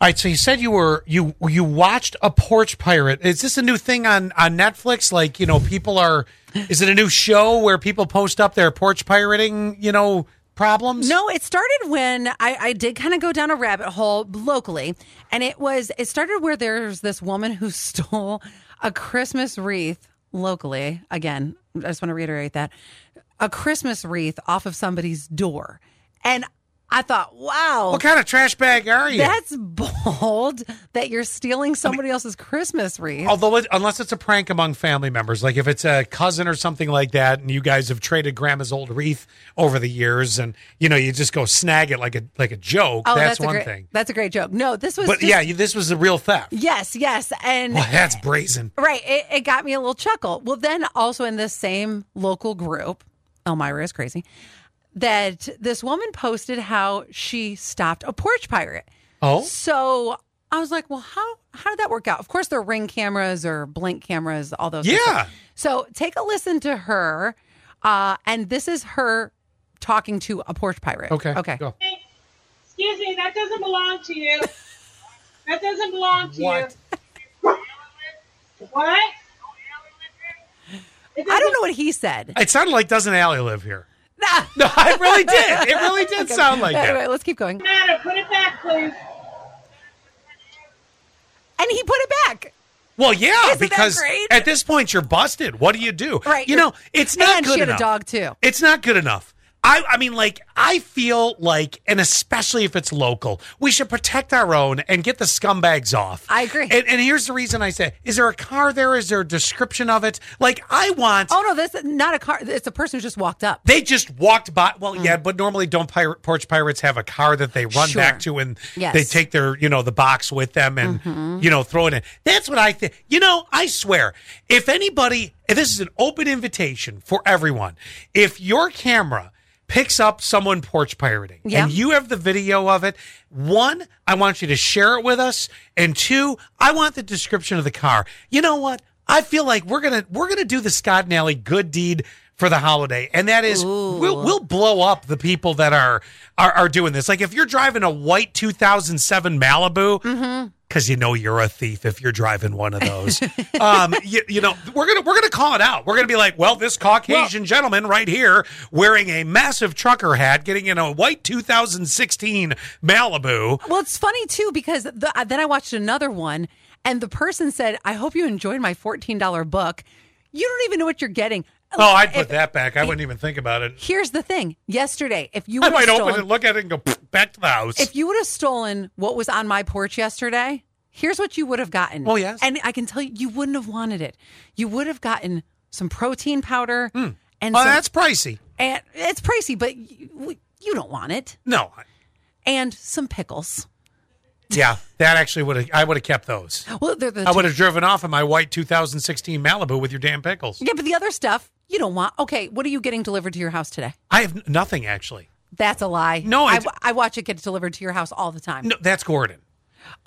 All right, so you said you were you you watched a porch pirate. Is this a new thing on on Netflix? Like you know, people are. Is it a new show where people post up their porch pirating? You know, problems. No, it started when I, I did kind of go down a rabbit hole locally, and it was it started where there's this woman who stole a Christmas wreath locally. Again, I just want to reiterate that a Christmas wreath off of somebody's door, and I thought, wow, What kind of trash bag are you? that's bold that you're stealing somebody else's Christmas wreath. Although, it, unless it's a prank among family members, like if it's a cousin or something like that, and you guys have traded grandma's old wreath over the years, and you know you just go snag it like a like a joke. Oh, that's, a one great, thing. That's a great joke. No, this was But just- yeah, you, this was the real theft. yes, yes, and Well, that's brazen. Right. It, it got me a little chuckle. Well, then also in this same local group, Elmira is crazy, that this woman posted how she stopped a porch pirate. Oh, So I was like, well, how how did that work out? Of course, there are ring cameras or blink cameras, all those. sorts of- Yeah. So take a listen to her, uh, and this is her talking to a porch pirate. okay, Okay. go. Excuse me, that doesn't belong to you. That doesn't belong to What? you. What? It I don't doesn't- know what he said. It sounded like doesn't Allie live here? No, it really did. It really did sound like anyway, that. let's keep going. matter. Put it back, please. And he put it back. Well, yeah, Isn't that because great? at this point you're busted. What do you do? Right, You you're- know, it's not and good she had enough. a dog too. It's not good enough. I, I mean, like, I feel like, and especially if it's local, we should protect our own and get the scumbags off. I agree. And, and here's the reason I say: Is there a car there? Is there a description of it? Like, I want. Oh no, this is not a car. It's a person who just walked up. They just walked by. Well, Mm. yeah, but normally don't pirate, porch pirates have a car that they run Sure. back to and Yes. Mm-hmm. they take their, you know, the box with them and, you know, throw it in. That's what I think. You know, I swear, if anybody, and this is an open invitation for everyone. If your camera picks up someone porch pirating Yeah. and you have the video of it, one, I want you to share it with us. And two, I want the description of the car. You know what? I feel like we're gonna we're gonna do the Scott and Alley good deed for the holiday, and that is we'll we'll blow up the people that are are, are doing this. Like if you're driving a white 2007 Malibu. Cause you know you're a thief if you're driving one of those. um, you, you know we're gonna we're gonna call it out. We're gonna be like, well, this Caucasian gentleman right here wearing a massive trucker hat, getting in a white 2016 Malibu. Oh, Well, it's funny too because the, uh, then I watched another one, and the person said, "I hope you enjoyed my fourteen dollar book. You don't even know what you're getting." Oh, I'd put that back. I wouldn't even think about it. Here's the thing: yesterday, if you I would have might open it, stolen, look at it, and go "Pfft, back to the house. if you would have stolen what was on my porch yesterday, here's what you would have gotten. Oh, yes. and I can tell you, you wouldn't have wanted it. You would have gotten some protein powder, and, oh, some- that's pricey. and it's pricey, but you, you don't want it, No, I- and some pickles. yeah, that actually would have. I would have kept those. Well, they're the I would have driven off in my white 2016 Malibu with your damn pickles. Yeah, but the other stuff you don't want. Okay, what are you getting delivered to your house today? I have n- nothing actually. That's a lie. No, I, it's- I watch it get delivered to your house all the time. No, that's Gordon.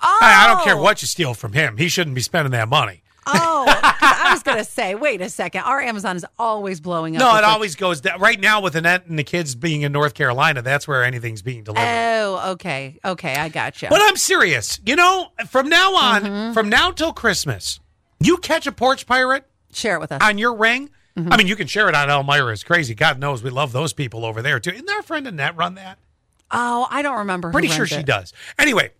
oh, I, I don't care what you steal from him. He shouldn't be spending that money. Oh, 'cause I was gonna say. Wait a second. Our Amazon is always blowing up. No, with it the- always goes down. Right now, with Annette and the kids being in North Carolina, that's where anything's being delivered. Oh, okay, okay, I gotcha. But I'm serious. You know, from now on, from now till Christmas, you catch a porch pirate Share it with us. on your ring. I mean, you can share it on Elmira is crazy. God knows we love those people over there too. Isn't our friend Annette run that? oh, I don't remember. who Pretty sure runs she it. does. Anyway,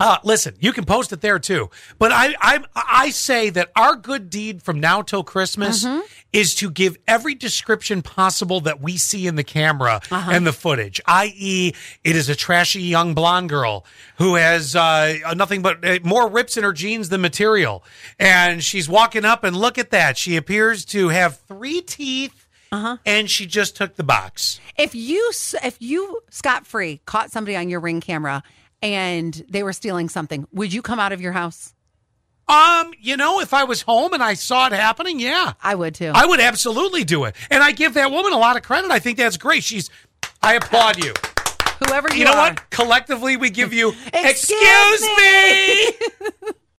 uh, listen, you can post it there too. But I, I, I say that our good deed from now till Christmas Mm-hmm. is to give every description possible that we see in the camera Uh-huh. and the footage. I.e., it is a trashy young blonde girl who has uh, nothing but uh, more rips in her jeans than material, and she's walking up and look at that. She appears to have three teeth, Uh-huh. and she just took the box. If you s- if you scot free caught somebody on your ring camera and they were stealing something, would you come out of your house? Um, you know, if I was home and I saw it happening, yeah, I would too. I would absolutely do it. And I give that woman a lot of credit. I think that's great. She's, I applaud you. Whoever you, You know are. what? Collectively, we give you, Excuse excuse me.